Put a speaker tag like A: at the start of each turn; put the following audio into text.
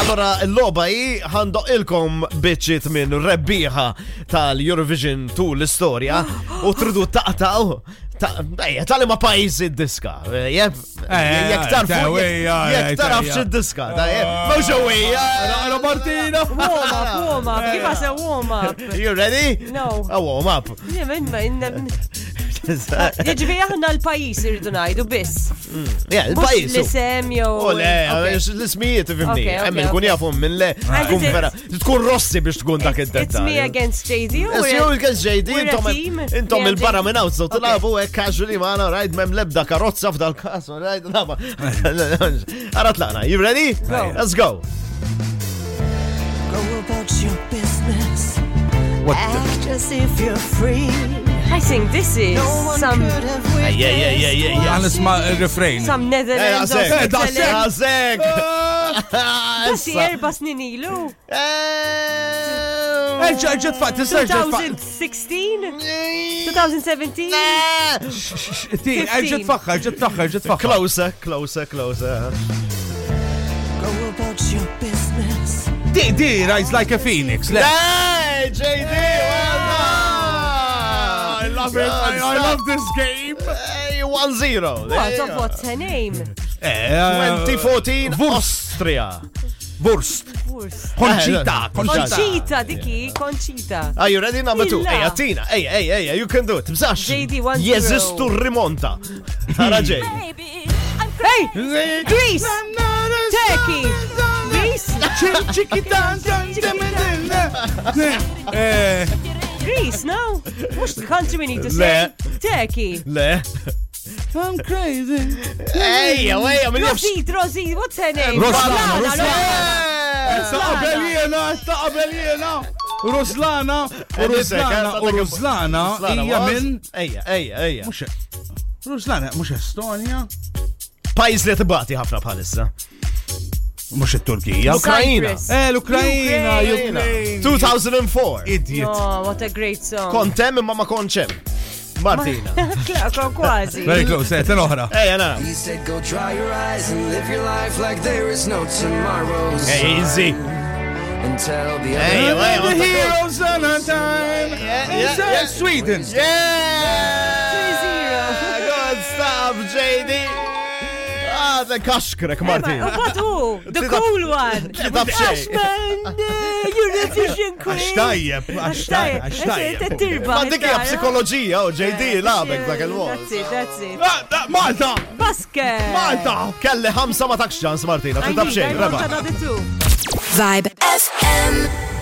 A: Allora, l-loba i ħando ilkom biċċiet minn rebbieħa tal-Eurovision tu l-istoria u tridu taqtaw. ta- Ejja, tal ma pajis id-diska. Eh, Jeb,
B: Eh,
A: jek tarfu.
B: ta' Oh. ejja,
A: Jek
B: ejja,
A: taraf
B: ejja.
A: id-diska. ta' jeb. Mawx eh, ewwejja.
B: Ara Martina!
C: Warm up, warm up. Give us a warm up.
A: You ready?
C: No.
A: A warm up.
C: Jġvi aħna l-pajis irridu najdu biss.
A: Yeah,
C: Mhux
A: il-pajis. oh. u-
C: L-isem jew.
A: U le,
C: Ok.
A: għax l-ismijiet fimni.
C: Ok, ok,
A: Emmel, kun
C: ok.
A: jafum minn le. Tkun
C: it's-
A: vera. Tkun rossi biex tkun dak
C: It's- It's
A: id-detta.
C: me against JD. u
A: Yes,
C: we're-
A: jew il-kas ġejdi,
C: we're a
A: intom-
C: team,
A: intom
C: yeah,
A: il-barra
C: Jay.
A: minn għawt, so
C: Okay.
A: tilabu għek casually maħna, rajt mem lebda karozza f'dal kas, rajt laba. Ara tlaqna, you ready?
C: Go.
A: Let's go.
D: Go about your business.
B: What the?
D: Act as if you're free.
C: I think this is
D: No one
C: some
D: could have
A: Ah, yeah,
D: witnessed.
A: yeah, yeah, yeah, yeah.
B: Għan nisma il-refrain.
C: some
A: Eh, Ah.
C: Netherlands.
A: għasek.
C: or
B: Eh, daqsek.
C: Switzerland.
A: Għasek.
C: Tassi erba snin ilu.
A: Eh,
B: Eġġa, eġġa tfaq, tista eġġa tfaq.
C: 2016? 2017?
A: Eh.
B: Eġġa tfaxħa, eġġa tfaxħa, eġġa tfaxħa.
A: Closer, closer, closer.
D: Go about your business.
B: Di, di, rise like a phoenix. Le.
A: Dai, JD, well done.
B: this game.
A: Hey, 1-0.
C: What of what's her name?
B: Eh,
A: 2014
B: Wurst.
A: Austria.
B: Wurst.
C: Wurst.
B: Konċita, konċita.
C: Conchita, diki, Conchita.
A: Are you ready number two?
C: Illa.
A: Ej, għattina, ej, ej, ej, you can do it. Bżax.
C: JD, 1-0.
A: Jeżistu rimonta. Tara ġej.
C: Hey! Greece! Turkey! Greece!
B: Eh,
C: Greece, no? What's the country we need to
A: Le.
C: say? Turkey.
A: Le.
B: I'm crazy.
A: Ejja, ejja, minn jafx.
C: Rosit, Rosit, what's her name?
B: Roslana,
C: Roslana,
B: Roslana.
A: Eh,
B: Taqabel jena, taqabel jena. Ruslana,
A: Eh, nisek, eh,
B: Ruslana,
A: tatek-
B: Ruslana,
A: Slana,
B: hija
A: was?
B: minn.
A: Ejja, ejja, ejja.
B: Mux. e- Ruslana, mux Estonia.
A: Pajis li tibati ħafna bħalissa.
B: Mux
A: e
B: il-Turkija.
A: Ukraina.
C: Cyprus.
B: Eh, l-Ukrajina,
A: Ukraina.
B: Ukrajina.
A: 2004.
B: Idiot.
C: Oh, what a great song.
A: Kontem imma ma konċem. Martina.
C: Kla- kon Quasi.
B: Very close, eh, ten oħra.
A: Ejja, na.
E: He said, Go dry your eyes and live your life like there is no tomorrow.
A: Ej, easy.
E: And tell the other.
A: Hey, you wait, what
B: The
A: the
B: heroes on our time.
A: yeah,
B: Is
A: yeah.
B: that Sweden.
A: Yeah! Good stuff, JD. Ah, the kashkrek, Martin.
C: oh, What who? The
A: Tita-
C: cool one.
A: Tita b'xej.
C: Ashman, uh, Eurovision queen.
B: Għaxtajjeb, għaxtajjeb,
C: Ashtajjeb.
B: għaxtajjeb.
C: Tirba.
A: Ma dik hija
C: ħtar.
A: psikologija, u
C: Eh,
A: JD labek dak
C: That's
A: il-mod.
C: it, that's it.
B: Ah, da- Malta!
C: Basket.
B: Malta!
A: Kelli ħamsa ma takx ċans Martina,
C: I
A: tibda
C: need- I
A: bxejn,
C: want
A: reba.
C: another two.
F: Vibe FM.